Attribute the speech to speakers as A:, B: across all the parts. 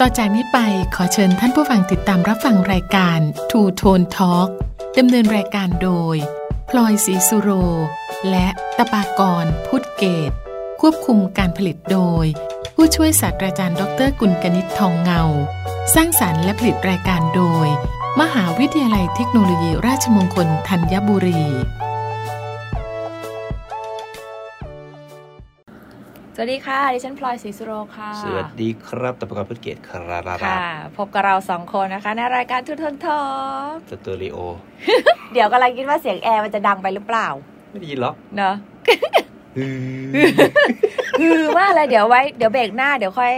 A: ต่อจากนี้ไปขอเชิญท่านผู้ฟังติดตามรับฟังรายการ Two Tone Talk ดำเนินรายการโดย พลอยศรีสุโร และตะปากรพุทธเกต ควบคุมการผลิตโดย ผู้ช่วยศาสตราจารย์ดรกุลกนิษฐ์ทองเงา สร้างสารรค์และผลิตรายการโดย มหาวิทยาลัยเทคโนโลยีราชมงคลธัญบุรี
B: สวัสดีค่ะ ดิฉันพลอยศรีสุโรค่ะ
C: สวัสดีครับตะประกอบพุทธเกยรตครับ
B: ค่ะ พบกับเราสองคนนะคะ ในรายการทุนทนทอ
C: สตูดิโอ
B: เดี๋ยวกำลังคิดว่าเสียงแอร์มันจะดังไปหรือเปล่า
C: ไม่ได้ยิน หรอก
B: เนอะ
C: ฮือ
B: อือมากเลยเดี๋ยวไว้ เดี๋ยวเบรกหน้าเดี๋ยวค่อย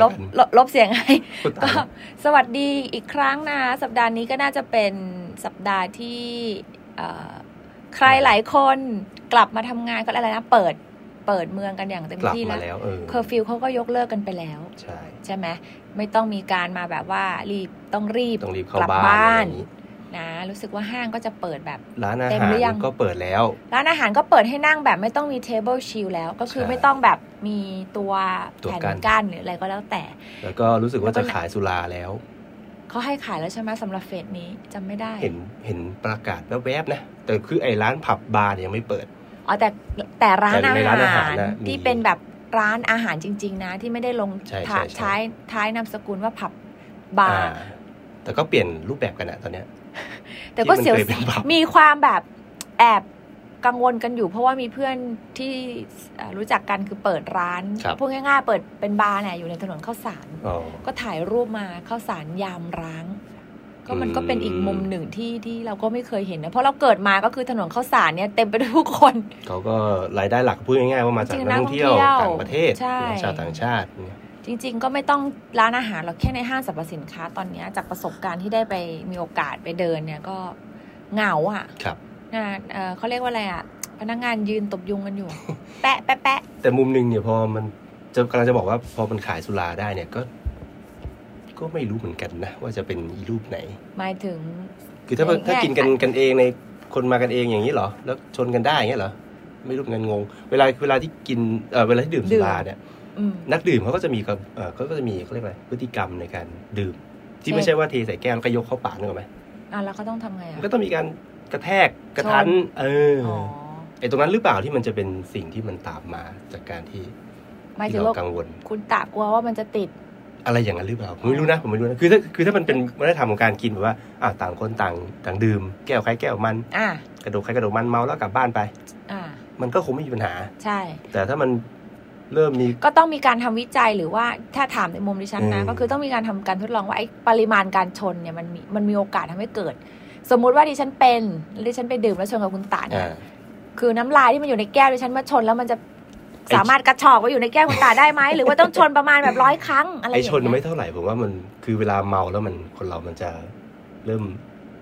B: ลบลบลบเสียงให้
C: พูด
B: ก็
C: ตาม
B: สวัสดีอีกครั้งนะ สัปดาห์นี้ก็น่าจะเป็นสัปดาห์ที่เอ่อใครหลายคนกลับมาทำงานก็อะไรนะ เปิด เปิดเมืองกันอย่างเต็ม
C: กลับ
B: ที่
C: มา
B: แล้ว
C: แล้วเออ
B: เคอร์ฟิวเขาก็ยกเลิกกันไปแล้ว
C: ใช่
B: ใช่ไหมไม่ต้องมีการมาแบบว่ารีบต้องรีบ
C: ต้องรีบเข้าก
B: ลั
C: บ้าน
B: นนะ รู้สึกว่าห้างก็จะเปิดแบบ
C: ร้านอา
B: เต็ม
C: หา
B: หรือยั
C: รง ก็เปิดแล้ว
B: ร้านอาหารก็เปิดให้นั่งแบบไม่ต้องมีเทเบิลชิลแล้ว ก็คือ
C: ใช่
B: ไม่ต้องแบบมีตัว
C: ตัว
B: แผ่น
C: กั้น
B: กั้นหรืออะไรก็แล้วแต่
C: แล้วก็รู้สึกว่า
B: แล้วก็
C: จะขายสุราแล้ว
B: เขาให้ขายแล้วใช่ไหมสำหรับเฟสนี้จำไม่ได้
C: เห็นเห็นประกาศแวบๆนะ แต่คือไอ้ร้านผับบาร์เนี่ยยังไม่เปิด
B: อ๋อแต่แต่ร้าน
C: แต่
B: อา
C: ใน
B: หา
C: ร้านอาหาร
B: ร
C: น่ะมี
B: ที่เป็นแบบร้านอาหารจริง ๆ นะ ที่ไม่ได้ลง
C: ใช่ใช่ใช่
B: ท้ายท้ายนามสกุลว่าผับบา
C: อ่า
B: ร์
C: แต่ก็เปลี่ยนรูปแบบกันอะตอนเนี้ย
B: แต่ก็เสียว
C: ที่มันเคยเป็นผับ
B: มีความแบบแอบกังวลกันอยู่ เพราะว่ามีเพื่อนที่เอ่อรู้จักกันคือเปิดร้าน
C: ครับ
B: พูดง่ายๆเปิดเป็นบาร์เนี่ยอยู่ในถนนข้าวสาร
C: อ๋อ
B: ก็ถ่ายรูปมาข้าวสารยามร้าง ก็มัน
C: อืม
B: ก็เป็นอีกมุมหนึ่งที่ที่เราก็ไม่เคยเห็นนะเพราะเราเกิดมาก็คือถนนข้าวสารเนี่ยเต็มไปด้วยผู้คน
C: เขาก็รายได้หลักพูดง่ายๆว่ามาจาก
B: จริงๆ
C: นักท่องเที่ยว
B: นักท่องเที่ยว
C: ต่างประเทศ
B: ใช่
C: ชาวต่างชาติเนี่ย
B: จริง ๆ ก็ไม่ต้องร้านอาหารหรอกแค่ในห้างสรรพสินค้าตอนเนี้ยจากประสบการณ์ที่ได้ไปมีโอกาสไปเดินเนี่ยก็เหงาอ่ะ
C: ครับ
B: นะเอ่อเขาเรียกว่าอะไรอ่ะ พนักงานยืนตบยุงกันอยู่ แปะแปะแปะ
C: แต่มุมหนึ่งเนี่ยพอมันจะกำลังจะบอกว่าพอมันขายสุราได้เนี่ยก็ ก็ไม่รู้เหมือนกันนะว่าจะเป็นอีรูปไหน
B: หมายถึง
C: คือถ้า
B: ในแง่
C: ถ้ากินกัน
B: ขาย
C: กันเองในคนมากันเองอย่างนี้เหรอ แล้วชนกันได้อย่างเงี้ยเหรอไม่รู้เหมือนกันงง เวลาเวลาที่กินเอ่อเวลาที่ดื่มสุราเนี่ย
B: อืม
C: นักดื่มเขาก็จะมีกับเอ่อเขาก็จะมีเขาเรียกอะไรพฤติกรรมในการดื่ม ที่
B: เช่น
C: ไม่ใช่ว่าเทใส่แก้วแล้วก็ยกเข้าปากนึกออกไหม
B: อ่ะแล้วเขาต้องทำไงอ่ะ
C: มันก็ต้องมีการกระแทกกระทัน
B: ชน
C: เออ
B: อ๋อ
C: ไอตรงนั้นหรือเปล่าที่มันจะเป็นสิ่งที่มันตามมาจากการที่
B: หมายถึ
C: ที่
B: ง
C: เรา
B: ว่า
C: กังวล
B: คุณตะกลัวว่ามันจะติด
C: อะไรอย่างนั้นหรือเปล่าผมไม่รู้นะผมไม่รู้นะคือถ้าคือถ้ามันเป็นวัฒนธรรมของการกินแบบว่าอ่ะต่างคนต่างต่างดื่ม แก้วใครแก้วมัน
B: อ่ะ
C: กระโดดใครกระโดดมันเมาแล้วกลับบ้านไป
B: อ่ะ
C: มันก็คงไม่มีปัญหา
B: ใช่
C: แต่ถ้ามันเริ่มมี
B: ก็ต้องมีการทำวิจัยหรือว่าถ้าถามในมุมดิฉันนะ
C: อืม
B: ก็คือต้องมีการทำการทดลองว่าไอ้ปริมาณการชนเนี่ยมันมีมันมีโอกาสทำให้เกิด สมมุติว่าดิฉันเป็นหรือดิฉันไปดื่มแล้วชนกับคุณตาเนี่ย
C: อ่า
B: คือน้ำลายที่มันอยู่ในแก้วดิฉันมาชนแล้วมันจะสามารถกระชอกไว้อยู่ในแก้วคุณตาได้ไหมหรือว่าต้องชนประมาณแบบร้อยครั้งอะไรอ
C: ไอย่าง ช
B: เงี้
C: น
B: ย
C: ไม่เท่าไหร่ผมว่ามันคือเวลาเมาแล้วมันคนเรามันจะเริ่ม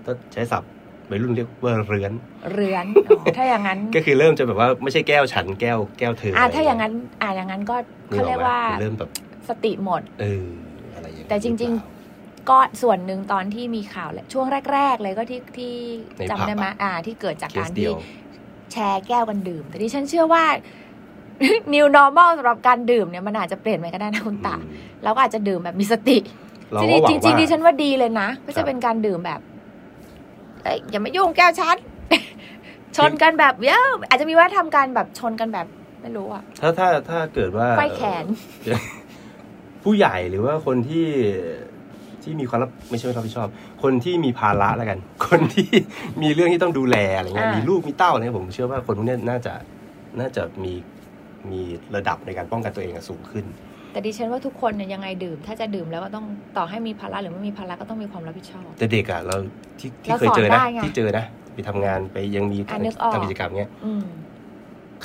C: ถ้าใช้ศัพท์วัยรุ่นเรียกว่าเรือน
B: เรือนอ๋อถ้าอย่างนั้น
C: ก็คือเริ่มจะแบบว่าไม่ใช่แก้วฉันแก้วแก้วเธอ
B: อ่า
C: อะไร
B: ถ้าอย่างนั้นอ่าอย่างนั้นก็เขาเรียกว่า
C: นึออไหมเริ่มแบบ
B: สติหมด
C: เอออะไรอย่างนั้น
B: แต่จริง
C: หอเปล่า
B: ก็ส่วนหนึ่งตอนที่มีข่าวแหละช่วงแรก ๆ เลยก็ที่ที่
C: ในผับ
B: จำได้ไหม
C: อะ
B: อ่า ที่เกิดจาก
C: เค
B: กา
C: ส
B: ร
C: เดี
B: ที่
C: ยว
B: แชร์แก้วกันดื่ม แต่ดิฉันเชื่อว่า new normal สำหรับการดื่มเนี่ยมันอาจจะเปลี่ยนไปก็ได้นะคุณตา
C: อืม
B: เราก็อาจจะดื่มแบบมีสติ
C: เรา
B: จ
C: ก็หวัง
B: ริงๆจริงๆดิ
C: ว่า
B: ฉันว่าดีเลยนะก็
C: ครั
B: จะ
C: บ
B: เป็นการดื่มแบบเอ้ยอย่ามายุ่งแก้วฉัน ชนกันแบบเยอะอาจจะมีว่าทำการแบบชนกันแบบไม่รู้อะ
C: ถ้าถ้าถ้าเกิดว่า
B: ไฟแขน
C: ผู้ใหญ่หรือว่าคนที่ที่มีความรับไม่ใช่รับผิดชอบ คนที่มีภาระแล้วกัน คนที่มีเรื่องที่ต้องดูแลอะไรเงี้ย
B: อ่ามี
C: มีลูกมีเต้าอะไรเงี้ยผมเชื่อว่าคนพวกเนี้ยน่าจะน่าจะมีมีระดับในการป้องกันตัวเองอะสูงขึ้น
B: แต่ดิฉันว่าทุกคนเนี่ยยังไงดื่ม ถ้าจะดื่มแล้วก็ต้องต่อให้มีภาระหรือไม่มีภาระก็ต้องมีความรับผิดชอบ
C: แต่เด็กอะเราที่ที่
B: เรา
C: เคยเจ
B: ส
C: อ
B: อนได้
C: นะ
B: ไง
C: ที่เจอนะไปทำงานไปยังมี
B: อ่ะนึกออก
C: ทำกิจกรรมเงี้ย
B: อืม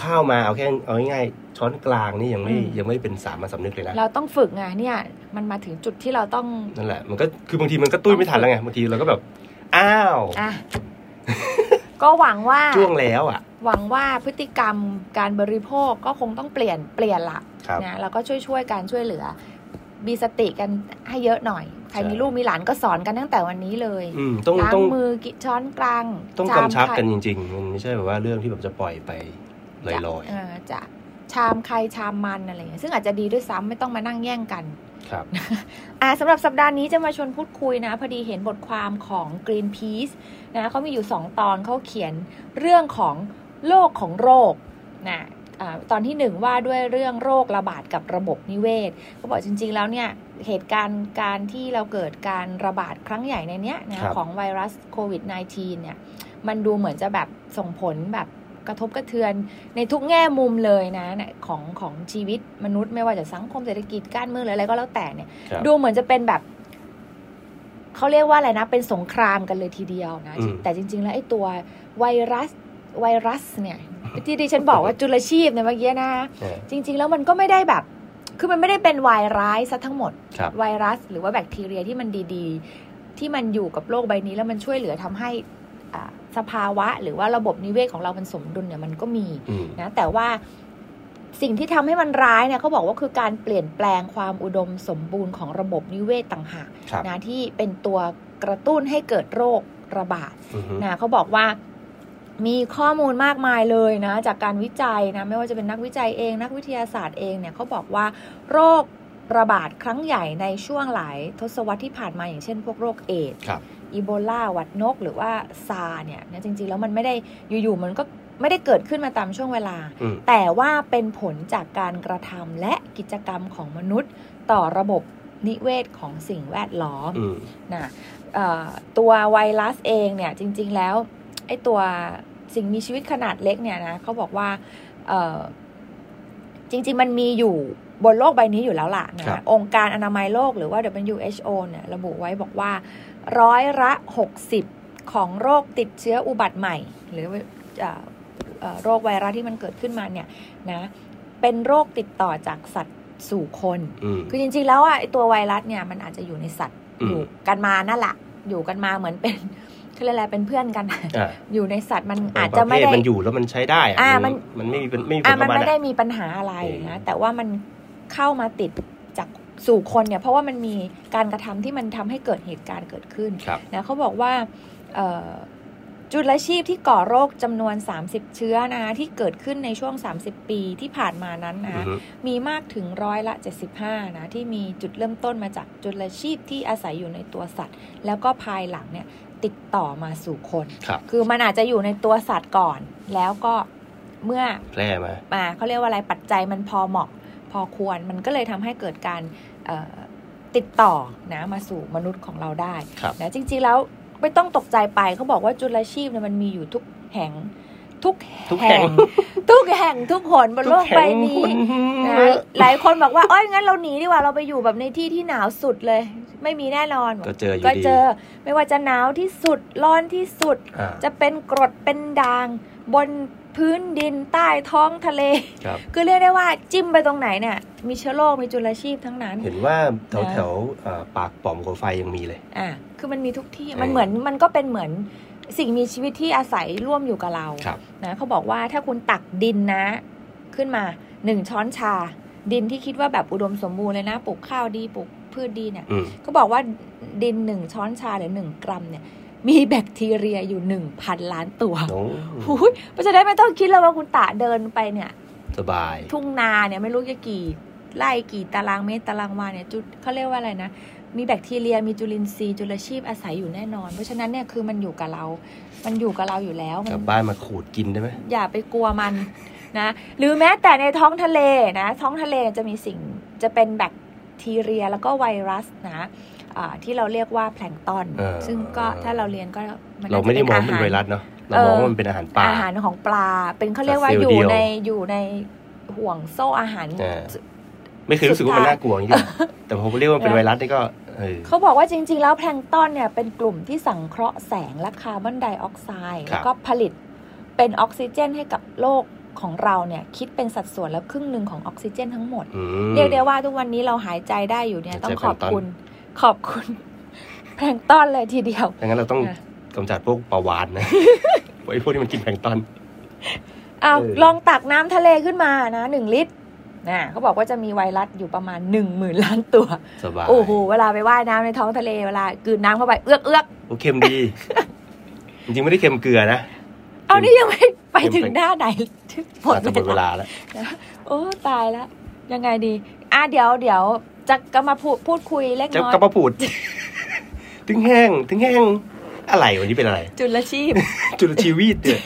C: ข้าวมาเอาแค่เอาง่ายๆช้อนกลางนี่ยังไม่
B: อืม
C: ยังไม่เป็นสามัญสำนึกเลยนะ
B: เราต้องฝึกไงเนี่ย มันมาถึงจุดที่เราต้อง
C: นั่นแหละมันก็คือบางทีมันก็ตุ้ยไม่ทันแล้วไงบางทีเราก็แบบอ้าว
B: อ่ะ ก็หวังว่า
C: จ้วงแล้วอะ
B: หวังว่าพฤติกรรมการบริโภคก็คงต้องเปลี่ยนเปลี่ยนละ
C: ครับ
B: นะแล้วก็ช่วยช่วยๆการช่วยเหลือ มีสติกันให้เยอะหน่อย ใคร
C: ใช่
B: มีลูกมีหลานก็สอนกันตั้งแต่วันนี้เลย
C: อืมต้อง
B: ล้าง
C: ต้อง
B: มือกินช้อนกลาง
C: ต้อง
B: ชาม
C: กำชับ
B: ใคร
C: กันจริงๆ มันไม่ใช่แบบว่าเรื่องที่แบบจะปล่อยไปลอย
B: เออจะชามใครชามมันอะไรอย่างเงี้ยซึ่งอาจจะดีด้วยซ้ำไม่ต้องมานั่งแย่งกัน
C: ๆ ครับ
B: อ่าสำหรับสัปดาห์นี้จะมาชวนพูดคุยนะ พอดีเห็นบทความของ Greenpeace นะเขามีอยู่ 2 ตอนเขาเขียนเรื่องของโลกของโรคนะอาตอนทีหนึ่1 ว่าด้วยเรื่องโรคระบาดกับระบบนิเวศเขาบอกจริง ๆ แล้วเนี่ย เหตุการณ์การที่เราเกิดการระบาดครั้งใหญ่ในเนี้ย
C: ครั
B: นะ
C: บ
B: ของไวรัสโควิด -19 เนี่ยมันดูเหมือนจะแบบส่งผลแบบกระทบกระเทือน ในทุกแง่มุมเลยนะเนี่ยของของชีวิตมนุษย์ไม่ว่าจะสังคมเศรษฐกิจการเมืองหรืออะไรก็แล้วแต่เนี่ย
C: ครับ
B: ดูเหมือนจะเป็นแบบ เขาเรียกว่าอะไรนะ เป็นสงครามกันเลยทีเดียวนะ
C: อืม
B: แต่จริง ๆ แล้วไอ้ตัวไวรัสไวรัสเนี่ย ที่ดิฉันบอกว่าจุลชีพในยเมื่อกี้นะ
C: เออ
B: จริง ๆ แล้วมันก็ไม่ได้แบบ คือมันไม่ได้เป็นวายร้ายซะทั้งหมด
C: ครับ
B: ไวรัส หรือว่าแบคทีเรียที่มันดีๆ ที่มันอยู่กับโลกใบนี้ แล้วมันช่วยเหลือทำให้อ่าสภาวะ หรือว่าระบบนิเวศของเรามันสมดุลเนี่ยมันก็มี
C: อืม
B: นะแต่ว่าสิ่งที่ทำให้มันร้ายเนี่ยเขาบอกว่าคือการเปลี่ยนแปลงความอุดมสมบูรณ์ของระบบนิเวศต่างหาก
C: ครับ
B: นะที่เป็นตัวกระตุ้นให้เกิดโรคระบาด
C: อือฮึ
B: นะเขาบอกว่ามีข้อมูลมากมายเลยนะจากการวิจัยนะไม่ว่าจะเป็นนักวิจัยเอง นักวิทยาศาสตร์เองเนี่ยเขาบอกว่าโรคระบาดครั้งใหญ่ในช่วงหลายทศวรรษที่ผ่านมาอย่างเช่น พวกโรคเอดส์
C: ครับ
B: อีโบลาหวัดนกหรือว่าซาร์เนี่ยนะจริงๆ แล้วมันไม่ได้อยู่ๆ มันก็ไม่ได้เกิดขึ้นมาตามช่วงเวลา
C: อืม
B: แต่ว่าเป็นผลจากการกระทำและกิจกรรมของมนุษย์ ต่อระบบนิเวศของสิ่งแวดล้อม
C: อืม
B: นะเอ่อตัวไวรัสเองเนี่ยจริงๆแล้วไอ้ตัวสิ่งมีชีวิตขนาดเล็กเนี่ยนะเขาบอกว่าเอ่อจริง ๆ มันมีอยู่บนโลกใบนี้อยู่แล้วล่ะนะครับ องค์การอนามัยโลกหรือว่า WHO เนี่ยระบุไว้บอกว่า ร้อยละ 60 ของโรคติดเชื้ออุบัติใหม่ หรือเอ่อเอ่อโรคไวรัสที่มันเกิดขึ้นมาเนี่ยนะเป็นโรคติดต่อจากสัตว์สู่คน
C: อืม
B: คือจริงๆแล้วอ่ะไอตัวไวรัสเนี่ยมันอาจจะอยู่ในสัตว์
C: อืม
B: อยู่กันมานั่นแหละอยู่กันมาเหมือนเป็น คืออะไรยกอะไรเป็นเพื่อนกัน
C: อ่า
B: อยู่ในสัตว์มัน
C: อา
B: อาจจะไม่ได้
C: มันอยู่แล้วมันใช้ได้
B: อ่า
C: อ่ะ
B: มั
C: มัน นมันไม่มีเป็นไม่มีผ
B: อ่ะ
C: ล
B: มัน
C: กับมัน
B: ไม่ได้
C: อ่ะ
B: มีปัญหาอะไร
C: อื
B: นะ
C: ม
B: แต่ว่ามันเข้ามาติดจากสู่คนเนี่ยเพราะว่ามันมีการกระทำที่มันทำให้เกิดเหตุการณ์เกิดขึ้น
C: ครับ
B: นะเขาบอกว่าเอ่อจุลชีพที่ก่อโรคจำนวน 30 เชื้อนะที่เกิดขึ้นในช่วง 30 ปีที่ผ่านมานั้น
C: อือ
B: นะ
C: ฮึ
B: มีมากถึงร้อยละ 75นะที่มีจุดเริ่มต้นมาจากจุลชีพที่อาศัยอยู่ในตัวสัตว์ แล้วก็ภายหลังเนี่ยติดต่อมาสู่คน
C: ครับ
B: คือมันอาจจะอยู่ในตัวสัตว์ก่อน แล้วก็เมื่อ
C: แพร่มา
B: มาเขาเรียกว่าอะไรปัจจัยมันพอเหมาะพอควร มันก็เลยทำให้เกิดการเอ่อติดต่อนะมาสู่มนุษย์ของเราได้
C: ครับ
B: นะจริงๆแล้วไม่ต้องตกใจไปเขาบอกว่าจุลชีพเนี่ยมันมีอยู่ทุกแห่งทุก
C: ทุกแห่ง
B: ทุกแห่งทุกหนบนโลกใบนี้นะหลายคนบอกว่าเอ้ยงั้นเราหนีดีกว่าเราไปอยู่แบบในที่ที่หนาวสุดเลย ไม่มีแน่นอน
C: ก็เจออยู่
B: ก็
C: ดี
B: เจอไม่ว่าจะหนาวที่สุดร้อนที่สุด
C: อ่า
B: จะเป็นกรดเป็นด่าง บนพื้นดินใต้ท้องทะเล
C: ครับ
B: คือเรียกได้ว่าจิ้มไปตรงไหนเนี่ยมีเชื้อโรคมีจุลชีพทั้งนั้น
C: เห็นว่าแถว
B: นะ
C: แถวเอ่อปากป่อมโคไฟยังมีเลย
B: อ่ะคือมันมีทุกที่
C: เออ
B: มันเหมือนมันก็เป็นเหมือนสิ่งมีชีวิตที่อาศัยร่วมอยู่กับเรา
C: ครับ
B: นะเขาบอกว่าถ้าคุณตักดินนะ ขึ้นมาหนึ่งช้อนชา ดินที่คิดว่าแบบอุดมสมบูรณ์เลยนะปลูกข้าวดีปลูกพืชดีเนี่ย
C: อืม
B: ก็บอกว่าดินหนึ่งช้อนชาหรือหนึ่งกรัมเนี่ย มีแบคทีเรียอยู่หนึ่งพันล้านตัว
C: โอ้
B: หูยเพราะฉะนั้นไม่ต้องคิดเลยว่าคุณตะเดินไปเนี่ย
C: สบาย
B: ทุ่งนาเนี่ยไม่รู้จะกี่ไร่กี่ตารางเมตรตารางวาเนี่ยจุดเขาเรียกว่าอะไรนะ มีแบคทีเรียมีจุลินทรีย์จุลชีพอาศัยอยู่แน่นอน เพราะฉะนั้นเนี่ยคือมันอยู่กับเรา มันอยู่กับเราอยู่แล้ว
C: ก
B: มั
C: ลับ
B: น
C: บ้านมาขูดกินได้ไหม
B: อย่าไปกลัวมันนะหรือแม้แต่ในท้องทะเลนะท้องทะเลจะมีสิ่งจะเป็นแบคทีเรียแล้วก็ไวรัสนะอ่าที่เราเรียกว่าแพลงก์ตอน
C: เออ
B: ซึ่งก็ถ้าเราเรียนก็น
C: เราไม่ได้
B: จะ
C: ม
B: ป็
C: อง
B: ห
C: เป็นไวรัสเนาะเรา
B: เออ
C: มองว่ามันเป็นอาหารป่า
B: อาหารของปลา เป็นเขาเรียกว่า
C: เซลล์
B: อยู่
C: เดียว
B: ในอยู่ในห่วงโซ่อาหาร
C: เออ ไม่เคยรู้สึกว่ามันน่ากลัวอย่างนี้ดิแต่พอเรียกว่ามันเป็นไวรัสนี่ก็เออ
B: เขาบอกว่าจริง ๆ แล้วแพลงก์ตอนเนี่ยเป็นกลุ่มที่สังเคราะห์แสงและคาร์บอนไดออกไซด์
C: ครับ
B: แล้วก็ผลิตเป็นออกซิเจนให้กับโลกของเราเนี่ยคิดเป็นสัดส่วนแล้วครึ่งหนึ่งของออกซิเจนทั้งหมด
C: อืม
B: เรียกได้ว่าทุกวันนี้เราหายใจได้อยู่เนี่ย
C: หายใจ
B: ต้องขอบ
C: แพลงก์ตอน
B: คุณขอบคุณ แพลงก์ตอนเลยทีเดียว
C: ดังนั้นเราต้อง
B: นะ
C: กำจัดพวกปลาวานนะ ไอ้พวกที่มันกินแพลงก์ตอน
B: เอา
C: เออ
B: ลองตักน้ำทะเลขึ้นมานะหนึ่งลิตรนะเขาบอกว่าจะมีไวรัสอยู่ประมาณหนึ่งหมื่นล้านตัว
C: สบาย
B: โอ้โห เวลาไปว่ายน้ำในท้องทะเล เวลากลืนน้ำเข้าไปเอื้อกเอื้อก
C: โอ้เค็มดี จริงๆ ไม่ได้เค็มเกลือนะ
B: เอานี่ยังไม่ไป
C: เต็ม
B: ถึงหน้าไหนหมด
C: อาจจะหมด
B: เว
C: เว
B: ลา
C: ลาแล้ว
B: โอ้ ตายแล้ว ยังไงดี อ่ะเดี๋ยวเดี๋ยว จะก็มาพูดพูดคุยเล็ก
C: จะ
B: น้อย
C: กระปะปูด ถึงแห้ง ถึงแห้ง อะไรวันนี้เป็นอะไร
B: จุลชีพ
C: จุลชีวีตเนี่ย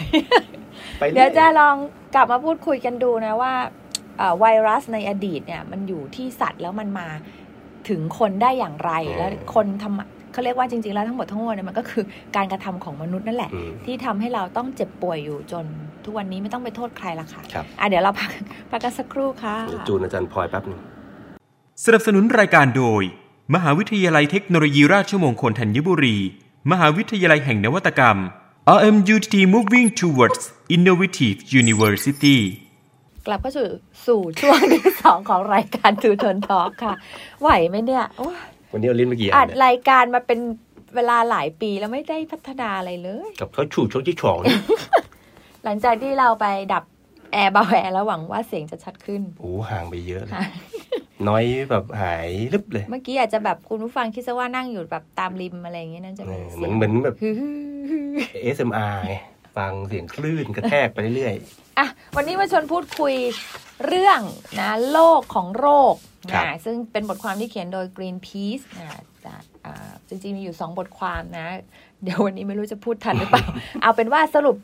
C: ไปรื่
B: เดี๋ย
C: อ
B: วจะลองกลับมาพูดคุยกันดูนะว่าเอ่อไวรัสในอดีตเนี่ยมันอยู่ที่สัตว์แล้วมันมาถึงคนได้อย่างไร
C: อืม
B: แล้วคนทำเขาเรียกว่าจริง ๆ แล้วทั้งหมดทั้งมวลเนี่ยมันก็คือการกระทำของมนุษย์นั่นแหละ
C: อืม
B: ที่ทำให้เราต้องเจ็บป่วยอยู่จนทุกวันนี้ไม่ต้องไปโทษใครละค่ะ
C: ครับ
B: อ่ะเดี๋ยวเราพักพักกันสักครู่ค่ะ
C: เดี๋ยวจูนอาจารย์พลอยแป๊บหนึง
D: สนับสนุนรายการโดย มหาวิทยาลัยเทคโนโลยีราชมงคลธัญบุรี มหาวิทยาลัยแห่งนวัตกรรม RMUTT Moving Towards Innovative University
B: กลับเข้าสู่สู่ช่วงที่สองของรายการทูทนทอค่ะ ไหวไหมเนี่ยโอ้ย
C: วันนี้เอาลิ้นไปกี่อั
B: อั
C: น
B: ด
C: เนี่ย
B: รายการมาเป็นเวลาหลายปีแล้วไม่ได้พัฒนาอะไรเลย
C: กับเขาฉูดชกที่ฉองเนี่ย
B: หลังจากที่เราไปดับแอร์บาแวร์แล้วหวังว่าเสียงจะชัด ขึ้น
C: โอ้ห่างไปเยอะเลย
B: ค่ะ
C: น้อยแบบหายลึบเลย
B: เมื่อกี้อาจจะแบบคุณผู้ฟังคิดซะว่านั่งอยู่แบบตามริมอะไรอย่างเงี้ยน่าจะ
C: เอ
B: เป็นเสีย
C: อเหมือง นเหมือนแบบ
B: ฮือ
C: ASMR ไงฟังเสียงคลื่นกระแทกไปเรื่อย
B: อ่ะวันนี้มาชวนพูดคุยเรื่องนะโลกของโรค
C: ครั
B: นะ
C: บ
B: ซึ่งเป็นบทความที่เขียนโดย Greenpeace นะจากอ่าจริงๆ มีอยู่ 2 บทความนะ เดี๋ยววันนี้ไม่รู้จะพูดทันหรือเปล่า เอาเป็นว่าสรุป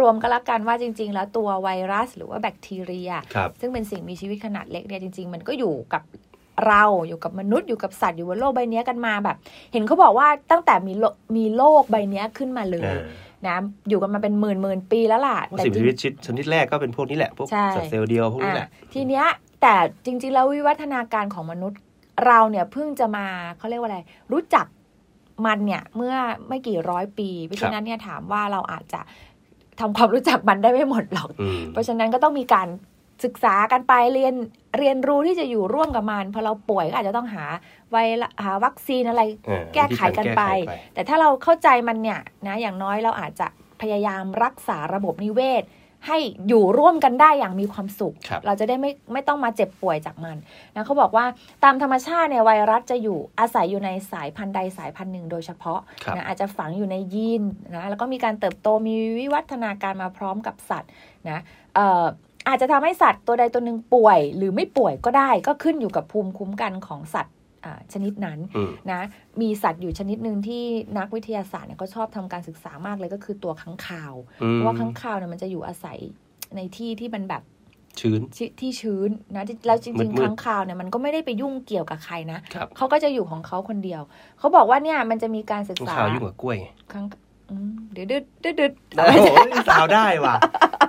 B: รวมๆก็แล้วกันว่าจริง ๆ แล้วตัวไวรัสหรือว่าแบคทีเรีย
C: ๆ ครับ
B: ซึ่งเป็นสิ่งมีชีวิตขนาดเล็กเนี่ยจริง ๆ มันก็อยู่กับเราอยู่กับมนุษย์อยู่กับสัตว์อยู่บนโลกใบเนี้ยกันมาแบบ เห็นเขาบอกว่าตั้งแต่มีโลกมีโลกใบเนี้ยขึ้นมาเล
C: เอย อ
B: นะอยู่กันมาเป็นหมื่นหมื่นๆปีแล้วล่ะ
C: พวก
B: แต่
C: สิ่ง
B: จ
C: มี
B: ริง
C: ชีวิตชนิดชนิดแรกก็เป็นพวกนี้แหละ พวก
B: ใช่
C: สัตว์เซลล์เดียวพวกนี้แหละ
B: อ่ะทีเนี้ยแต่จริง ๆ แล้ววิวัฒนาการของมนุษย์เราเนี่ยเพิ่งจะมาเขาเรียกว่าอะไร รู้จักมันเนี่ยเมื่อไม่กี่ร้อยปีเพราะฉะนั้นเนี่ยถามว่าเราอาจจะทำความรู้จักมันได้ไม่หมดหรอก
C: อืม
B: เพราะฉะนั้นก็ต้องมีการศึกษากันไปเรียนเรียนรู้ที่จะอยู่ร่วมกับมันพอเราป่วยก็อาจจะต้องหาไวรัสหาวัคซีนอะไร
C: เออ
B: แก้ไขกันไป
C: วิธีารแก้ข
B: แต่ถ้าเราเข้าใจมันเนี่ยนะอย่างน้อยเราอาจจะพยายามรักษาระบบนิเวศ ให้อยู่ร่วมกันได้อย่างมีความสุข
C: ครับ
B: เราจะได้ไม่ไม่ต้องมาเจ็บป่วยจากมันนะเขาบอกว่าตามธรรมชาติเนี่ยไวรัสจะอยู่อาศัยอยู่ในสายพันธุ์ใดสายพันธุ์หนึ่งโดยเฉพาะ
C: ครับ
B: นะอาจจะฝังอยู่ในยีนนะแล้วก็มีการเติบโตมีวิวัฒนาการมาพร้อมกับสัตว์นะเอ่ออาจจะทำให้สัตว์ตัวใดตัวหนึ่งป่วย หรือไม่ป่วยก็ได้ ก็ขึ้นอยู่กับภูมิคุ้มกันของสัตว์อ่าชนิดนั้น
C: อืม
B: นะมีสัตว์อยู่ชนิดหนึ่งที่นักวิทยาศาสตร์เนี่ยเขาชอบทำการศึกษามากเลยก็คือตัวค้างคาว
C: อื
B: เพ
C: ม
B: ราะว่าค้างคาวเนี่ยมันจะอยู่อาศัยในที่ที่มันแบบ
C: ชื้น
B: ชิที่ชื้นนะที่แล้วจริง
C: มื
B: ๆ
C: ดๆ
B: ค้างคาวเนี่ยมันก็ไม่ได้ไปยุ่งเกี่ยวกับใครนะครับ เขาก็จะอยู่ของเขาคนเดียว เขาบอกว่าเนี่ยมันจะมีการศึก
C: ข้าง
B: ษา
C: ข่าวยุ่งกับกล้วยไง
B: ค้างอืมเดี๋ยวดึดดึดดึด
C: โอ้โหสาวได้ ว่ะ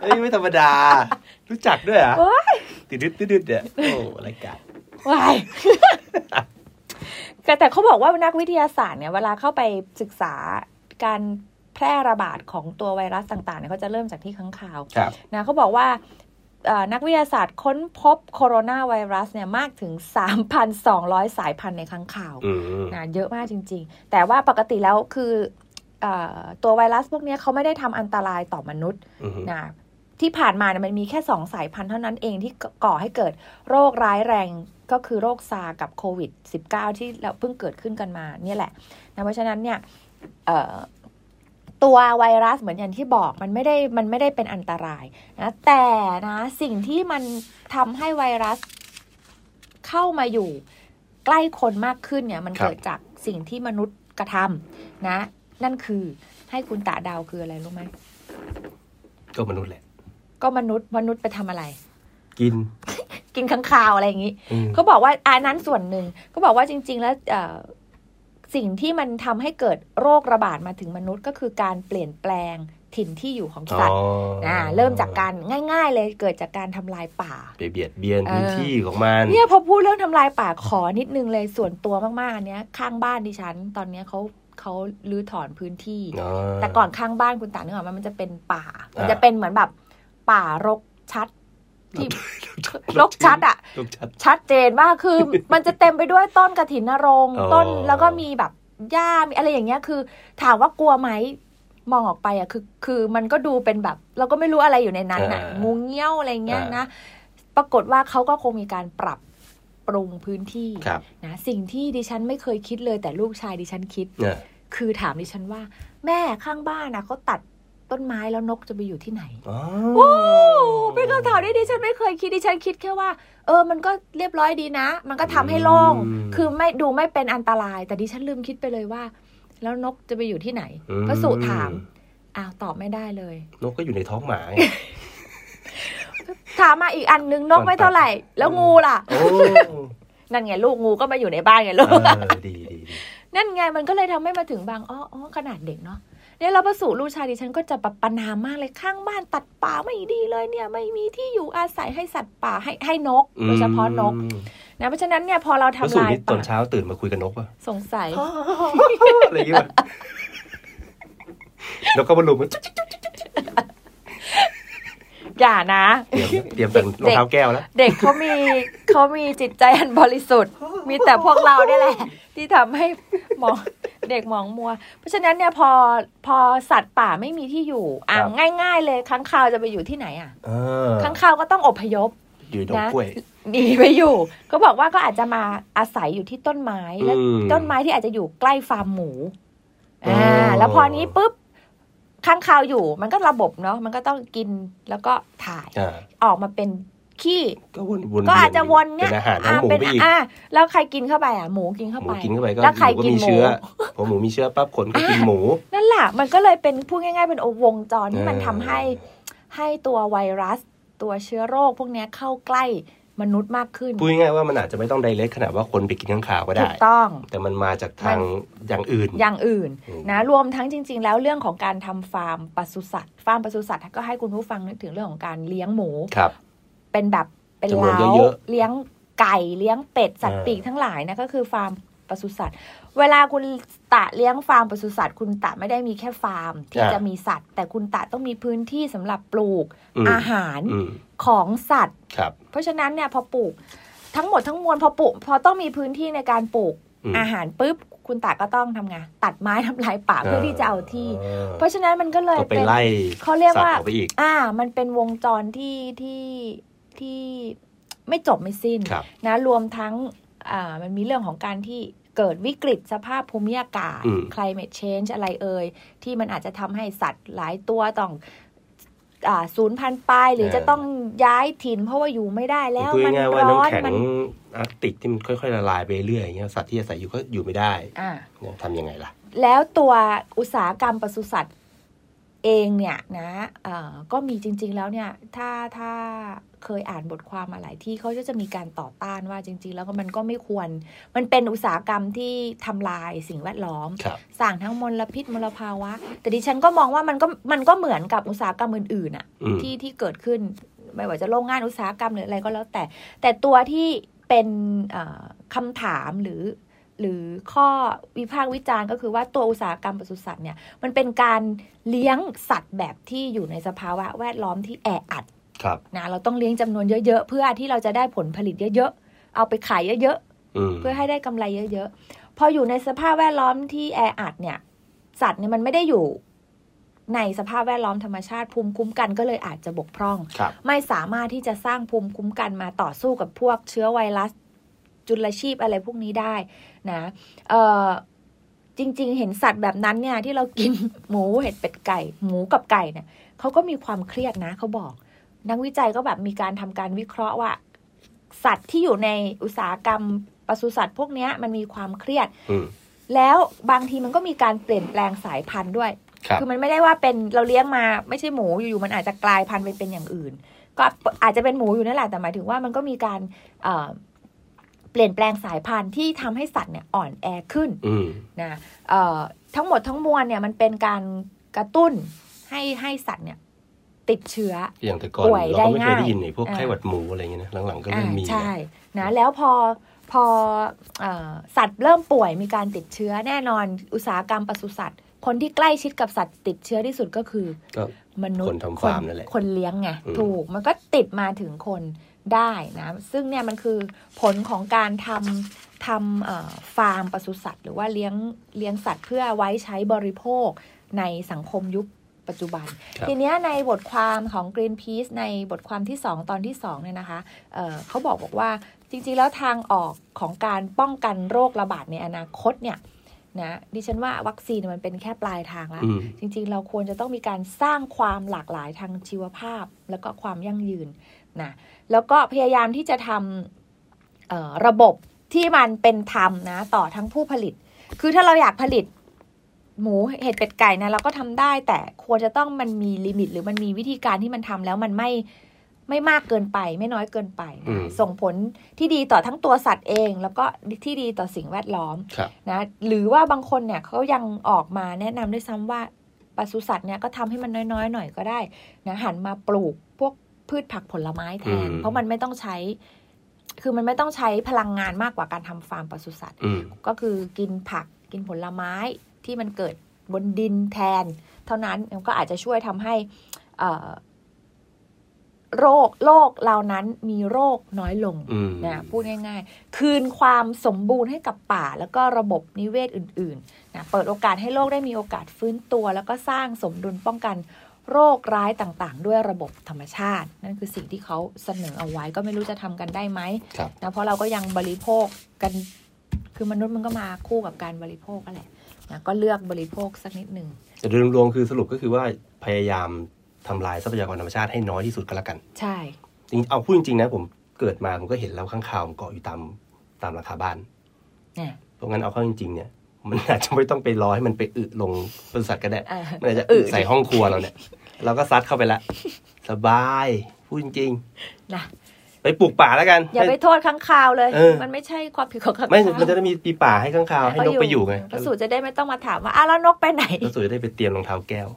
C: เอ้ยไม่ธรรมดา รู้จักด้วยเหรอ่ะ
B: โอ๊
C: ติดดึดติดดึดเนี่ยโอ้รายการ
B: ว้าย แต่แต่เขาบอกว่านักวิทยาศาสตร์เนี่ยเวลาเข้าไปศึกษาการแพร่ระบาดของตัวไวรัสต่างๆเนี่ยเขาจะเริ่มจากที่ค้างคาว
C: ครับ
B: นะเขาบอกว่าเอ่อนักวิทยาศาสตร์ค้นพบโคโรนาไวรัสเนี่ยมากถึง 3,200 สายพันธุ์ในค้างคาว
C: อืม
B: นะเยอะมากจริง ๆ แต่ว่าปกติแล้วคือเออตัวไวรัสพวกเนี้ยเขาไม่ได้ทำอันตรายต่อมนุษย์
C: อืม
B: นะที่ผ่านมาเนี่ยมันมีแค่ 2 สายพันธุ์เท่านั้นเองที่ก่อให้เกิดโรคร้ายแรงก็คือโรคซาร์กับโควิด -19 ที่เราเพิ่งเกิดขึ้นกันมาเนี่ยแหละนะเพราะฉะนั้นเนี่ยเอ่อตัวไวรัสเหมือนอย่างที่บอกมันไม่ได้มันไม่ได้เป็นอันตรายนะแต่นะสิ่งที่มันทำให้ไวรัสเข้ามาอยู่ใกล้คนมากขึ้นเนี่ยมัน
C: ครับ
B: เกิดจากสิ่งที่มนุษย์กระทำนะนั่นคือให้คุณตาเดาวคืออะไรรู้ไหม
C: ก็มนุษย์แหละ
B: ก็มนุษย์มนุษย์ไปทำอะไร
C: กิน
B: กินข้างคาวอะไรอย่างนี้
C: อืม
B: เขาบอกว่าอันนั้นส่วนหนึ่งเขาบอกว่าจริง ๆ แล้วเอ่อสิ่งที่มันทำให้เกิดโรคระบาดมาถึงมนุษย์ก็คือการเปลี่ยนแปลงถิ่นที่อยู่ของสัตว์นะเริ่มจากการง่าย ๆ เลยเกิดจากการทำลายป่า
C: ไปเบียดเบียน
B: เออ
C: พื้นที่ของมัน
B: เนี่ยพอพูดเรื่องทำลายป่าขอนิดนึงเลยส่วนตัวมากๆอันเนี้ยข้างบ้านดิฉัน ตอนเนี้ยเขาเขาลื้อถอนพื้นที่
C: อ๋อ
B: แต่ก่อนข้างบ้านคุณตาเนื้ออกไหมันมันจะเป็นป่า มัน
C: อ่า
B: จะเป็นเหมือนแบบป่ารกชัดที่
C: ร
B: รกชัดอะ
C: รกชัด
B: ชัดเจนมากคือ มันจะเต็มไปด้วยต้นกระถินนรงค์
C: อ๋อ
B: ต้นแล้วก็มีแบบหญ้ามีอะไรอย่างเงี้ยคือ ถามว่ากลัวไหมมองออกไปอ่ะคือคือมันก็ดูเป็นแบบ เราก็ไม่รู้อะไรอยู่ในนั้นน่ะงูเงี้ยวอะไรเงี้ยนะ ปรากฏว่าเขาก็คงมีการปรับปรุงพื้นที่
C: ครับ
B: นะสิ่งที่ดิฉันไม่เคยคิดเลยแต่ลูกชายดิฉันคิด
C: เนี่ย
B: คือถามดิฉันว่า แม่ข้างบ้านนะเขาตัด ต้นไม้แล้วนกจะไปอยู่ที่ไหน
C: อ๋อ
B: โอ้เป็นคำถามที่ดิฉันไม่เคยคิดดิฉันคิดแค่ว่า เออ มันก็เรียบร้อยดีนะ มันก็ทำให้โล่ง คือไม่ดูไม่เป็นอันตราย แต่ดิฉันลืมคิดไปเลยว่า แล้วนกจะไปอยู่ที่ไหน
C: อืม
B: พระสุถามอ้าวตอบไม่ได้เลย
C: นกก็อยู่ในท้องหมาไง
B: ถามมาอีกอันนึงนกไม่เท่าไหร่ แล้วงูล่ะ
C: โอ้
B: นั่นไงลูกงูก็มาอยู่ในบ้านไง
C: เอ
B: ลูก
C: อดีดีดี
B: นั่นไงมันก็เลยทำให้มาถึงบางอ้ออ้อขนาดเด็กเนาะเนี่ยเราประสูติลูกชายดิฉันก็จะแบบปัญหามากเลยข้างบ้านตัดป่าไม่ดีเลยเนี่ยไม่มีที่อยู่อาศัยให้สัตว์ป่าให้ให้นกโดยเฉพาะนกนะเพราะฉะนั้นเนี่ยพอเรา
C: แล้ว
B: ทำ
C: สูตร
B: ลาย
C: นี้ตอน
B: ป่า
C: เช้าตื่นมาคุยกับนกป่ะ
B: สงสัย
C: อะไรอย่างเงี้ยป่ะนกก็มาลุมมัน
B: อย่านะ
C: เตรียมเตรียมแต่งรองเท้าแก้วแล้ว
B: เด็กเขามี เขามีจิตใจอันบริสุทธิ์ มีแต่พวกเราเนี่ยแหละ ที่ทำให้มองเด็กมองมัว เพราะฉะนั้นเนี่ยพอพอสัตว์ป่าไม่มีที่อยู่อ่ะง่าย ๆ เลยค้างคาวจะไปอยู่ที่ไหนอ่ะ
C: เออ
B: ค้างคาวก็ต้องอพยพ
C: อยู่ดงกล้วย
B: หนีไปอยู่ ก็บอกว่าก็อาจจะมาอาศัยอยู่ที่ต้นไม้และ
C: อืม
B: ต้นไม้ที่อาจจะอยู่ใกล้ฟาร์มหมู
C: อ๋อ
B: อ่า
C: อ่
B: แล้วพอนี้ปุ๊บข้างคาวอยู่ มันก็ระบบเนาะมันก็ต้องกินแล้วก็ถ่าย
C: อ่า
B: ออกมาเป็นขี้
C: ก็วนวน
B: ก็อาจจะวนเนี่ย
C: ป็อาหารทั้งหมู
B: เป็น
C: ไปอีก
B: อ่าแล้วใครกินเข้าไปอ่ะหมูกินเข้า
C: หมู
B: ไป
C: กินเข้าไปก็
B: แล้วใคร
C: หมูก็
B: กิน
C: มี
B: หมู
C: เชื้อพอหมูมีเชื้อปั๊บคนก็กิน
B: อ่า
C: หมู
B: นั่นแหละมันก็เลยเป็นพูดง่าย ๆ เป็นวงจรที่มัน
C: เออ
B: ทำให้ให้ตัวไวรัส ตัวเชื้อโรค พวกเนี้ยเข้าใกล้มนุษย์มากขึ้น
C: พูดง่ายๆว่ามันอาจจะไม่ต้องไดเรกขนาดว่าคนไปกินข้างขาวก็
B: ถู
C: ได้
B: กต้อง
C: แต่มันมาจากทางอย่างอื่น
B: อย่างอื่น
C: อืม
B: นะรวมทั้งจริง ๆ แล้วเรื่องของการทำฟาร์มปศุสัตว์ฟาร์มปศุสัตว์ก็ให้คุณผู้ฟังนึกถึงเรื่องของการเลี้ยงหมู
C: ครับ
B: เป็นแบบเป็น
C: จำนวน
B: เล้า
C: เยอะ
B: เลี้ยงไก่เลี้ยงเป็ดสัตว์
C: อ่า
B: ปีกทั้งหลายนะก็คือฟาร์มปศุสัตว์ เวลาคุณตะเลี้ยงฟาร์มปศุสัตว์คุณตะไม่ได้มีแค่ฟาร์มที่จะมีสัตว์ แต่คุณตะต้องมีพื้นที่สำหรับปลูก
C: อืม
B: อาหาร
C: อืม
B: ของสัตว์
C: ครับ
B: เพราะฉะนั้นเนี่ยพอปลูกทั้งหมดทั้งมวลพอปลูกพอต้องมีพื้นที่ในการปลูก
C: อืม
B: อาหารปุ๊บคุณตาก็ต้องทำไงานตัดไม้ทำลายป่าเพื่อที่จะเอาที่ เพราะฉะนั้นมันก็เลย
C: ก็ไป
B: น
C: ไล่
B: เขาเรียกว่า
C: สัตออกไปอีก
B: อ่า มันเป็นวงจรที่ที่ที่ไม่จบไม่สิ้น
C: ครับ
B: นะรวมทั้งอ่ามันมีเรื่องของการที่เกิดวิกฤตสภาพภูมิอากาศ
C: อืม
B: climate change อะไรเอ่ยที่มันอาจจะทำให้สัตว์หลายตัวต้องอ่าสูญพันธุ์ไปหรือ
C: เออ
B: จะต้องย้ายถิ่นเพราะว่าอยู่ไม่ได้แล้ว
C: พูด
B: มัน
C: ง่ายๆว่า
B: ร้อ
C: น้ำ
B: น
C: แข็ง
B: มั
C: อาร์กติกที่มันค่อยๆละลายไปเรื่อยอย่างเงี้ยสัตว์ที่อาศัยอยู่ก็อยู่ไม่ได้
B: อ่า
C: เนี่ยทำยังไงล่ะ
B: แล้วตัวอุตสาหกรรมปศุสัตว์เองเนี่ยนะเอ่อก็มีจริง ๆ แล้วเนี่ย ถ้าถ้าเคยอ่านบทความมาหลายที่เขาก็จะมีการต่อต้านว่าจริง ๆ แล้วก็มันก็ไม่ควร มันเป็นอุตสาหกรรมที่ทำลายสิ่งแวดล้อม
C: ครับ
B: สร้างทั้งมลพิษมลภาวะ แต่ดิฉันก็มองว่ามันก็มันก็เหมือนกับอุตสาหกรรมอื่นๆอะ
C: อืม
B: ที่ที่เกิดขึ้นไม่ว่าจะโรงงานอุตสาหกรรมหรืออะไรก็แล้วแต่ แต่ตัวที่เป็นเอ่อคำถามหรือ หรือข้อวิพากษ์วิจารณ์ก็คือว่าตัวอุตสาหกรรมปศุสัตว์เนี่ยมันเป็นการเลี้ยงสัตว์แบบที่อยู่ในสภาวะแวดล้อมที่แออัด
C: ครับ
B: นะเราต้องเลี้ยงจำนวนเยอะๆ เพื่อที่เราจะได้ผลผลิตเยอะๆ เอาไปขายเยอะ
C: อืม
B: ๆ เพื่อให้ได้กำไรเยอะๆ พออยู่ในสภาพแวดล้อมที่แออัดเนี่ยสัตว์เนี่ยมันไม่ได้อยู่ในสภาพแวดล้อมธรรมชาติภูมิคุ้มกันก็เลยอาจจะบกพร่อง
C: ครับ
B: ไม่สามารถที่จะสร้างภูมิคุ้มกันมาต่อสู้กับพวกเชื้อไวรัส จุลชีพอะไรพวกนี้ได้นะเออจริง ๆ เห็นสัตว์แบบนั้นเนี่ยที่เรากิน หมูเห็ดเป็ดไก่ หมูกับไก่เนี่ยเขาก็มีความเครียดนะเขาบอก นักวิจัยก็แบบมีการทำการวิเคราะห์ว่า สัตว์ที่อยู่ในอุตสาหกรรมปศุสัตว์พวกเนี้ยมันมีความเครียด
C: อืม
B: แล้วบางทีมันก็มีการเปลี่ยนแปลงสายพันธุ์ด้วย
C: ครับ
B: คือมันไม่ได้ว่าเป็นเราเลี้ยงมาไม่ใช่หมูอยู่ๆมันอาจจะกลายพันธุ์ไปเป็นอย่างอื่น ก็อาจจะเป็นหมูอยู่นั่นแหละแต่หมายถึงว่ามันก็มีการเอ่อเปลี่ยนแปลงสายพันธุ์ที่ทำให้สัตว์เนี่ยอ่อนแอขึ้น
C: อืม
B: นะเอ่อทั้งหมดทั้งมวลเนี่ยมันเป็นการกระตุ้นให้ให้สัตว์เนี่ยติดเชื้อ
C: อย่างแต่ก่อน
B: ป่วย
C: เราก็ไม่
B: ได้
C: เคย
B: ง่าย
C: ได้ยินในพวก
B: อ่า
C: ไข้หวัดหมูอะไรเงี้ยนะหลังๆก็เริ่ม
B: อ่า
C: มี
B: ใช่
C: แล้ว
B: นะแล้วพอพอเออสัตว์เริ่มป่วยมีการติดเชื้อแน่นอนอุตสาหกรรมปศุสัตว์ คนที่ใกล้ชิดกับสัตว์ติดเชื้อที่สุดก็คือ
C: ก็
B: มนุษย์
C: คนทำฟาร์มนั่นแหละ
B: คนเลี้ยงไง
C: อืม
B: ถูกมันก็ติดมาถึงคนได้นะซึ่งเนี่ยมันคือผลของการทำทำเอ่อฟาร์มปศุสัตว์ หรือว่าเลี้ยงเลี้ยงสัตว์เพื่อไว้ใช้บริโภคในสังคมยุคปัจจุบัน
C: ครับ
B: ทีเนี้ยในบทความของ Greenpeace ในบทความที่ 2 ตอนที่ 2 เนี่ยนะคะเอ่อเขาบอกบอกว่าจริงๆ แล้วทางออกของการป้องกันโรคระบาดในอนาคตเนี่ย นะดิฉันว่าวัคซีนมันเป็นแค่ปลายทางละ
C: อืม
B: จริงๆ เราควรจะต้องมีการสร้างความหลากหลายทางชีวภาพ แล้วก็ความยั่งยืนนะแล้วก็พยายามที่จะทำเอ่อระบบที่มันเป็นธรรมนะต่อทั้งผู้ผลิต คือถ้าเราอยากผลิตหมูเห็ดเป็ดไก่นะเราก็ทำได้ แต่ควรจะต้องมันมีลิมิต หรือมันมีวิธีการที่มันทำแล้วมันไม่ไม่มากเกินไป ไม่น้อยเกินไป
C: อื
B: นะ
C: ม
B: ส่งผลที่ดีต่อทั้งตัวสัตว์เอง แล้วก็ที่ดีต่อสิ่งแวดล้อม
C: ครับ
B: นะหรือว่าบางคนเนี่ยเขายังออกมาแนะนำด้วยซ้ำว่าปศุสัตว์เนี่ยก็ทำให้มันน้อยๆ หน่อยก็ได้นะหันมาปลูกพวกพืชผักผลไม้แทน
C: อืม
B: เพราะมันไม่ต้องใช้ คือมันไม่ต้องใช้พลังงานมากกว่าการทำฟาร์มปศุสัตว์
C: อืม
B: ก็คือกินผักกินผลไม้ที่มันเกิดบนดินแทน เท่านั้นมันก็อาจจะช่วยทำให้เอ่อโรคโรคเหล่านั้นมีโรคน้อยลง
C: อืม
B: นะพูดง่ายๆ คืนความสมบูรณ์ให้กับป่า แล้วก็ระบบนิเวศอื่นๆนะเปิดโอกาสให้โลกได้มีโอกาสฟื้นตัว แล้วก็สร้างสมดุลป้องกันโรคร้ายต่างๆ ด้วยระบบธรรมชาติ นั่นคือสิ่งที่เขาเสนอเอาไว้ก็ไม่รู้จะทำกันได้ไหม
C: ครับ
B: นะเพราะเราก็ยังบริโภคกัน คือมนุษย์มันก็มาคู่กับการบริโภคกันแหละนะก็เลือกบริโภคสักนิดหนึ่ง
C: แต่โดยรวมๆคือสรุปก็คือว่าพยายามทำลายทรัพยากรธรรมชาติให้น้อยที่สุดก็แล้วกัน
B: ใช่
C: จริงเอาพูดจริงๆนะผมเกิดมาผมก็เห็นแล้วข้างข่าวมันเกาะอยู่ตามตามราคาบ้าน
B: เนี่ย
C: เพราะงั้นเอาเข้าจริงๆเนี่ย มันอาจจะไม่ต้องไปรอให้มันไปอึลงบริษัทก็ได้
B: อ่า
C: มันอาจจะอึใส่ห้องครัวเราเนี่ย เราก็ซัดเข้าไปละ สบายพูดจริง
B: นะ
C: ๆ ไปปลูกป่าแล้วกัน
B: อย่าไปโทษข้างคาวเลย
C: เออ
B: มันไม่ใช่ความผิดของข้าง
C: ไม่
B: คาว
C: มันจะได้มีปีป่าให้ข้างคาวให้นกไปอยู่ไง
B: กระสูจะได้ไม่ต้องมาถามว่าอ้าวแล้วนกไป ไหน
C: แล้วสุดจะได้ไปเตรียมรองเท้าแก้ว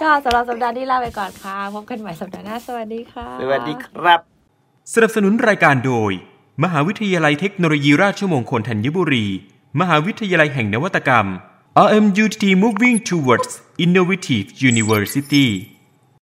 B: ก็สำหรับสัปดาห์นี้ลาไปก่อนค่ะ พบกันใหม่สัปดาห์หน้า สวัสดีค่ะ
C: สวัสดีครับ
D: สนับสนุนรายการโดย มหาวิทยาลัยเทคโนโลยีราชมงคลธัญบุรี มหาวิทยาลัยแห่งนวัตกรรม RMUTT Moving Towards Innovative University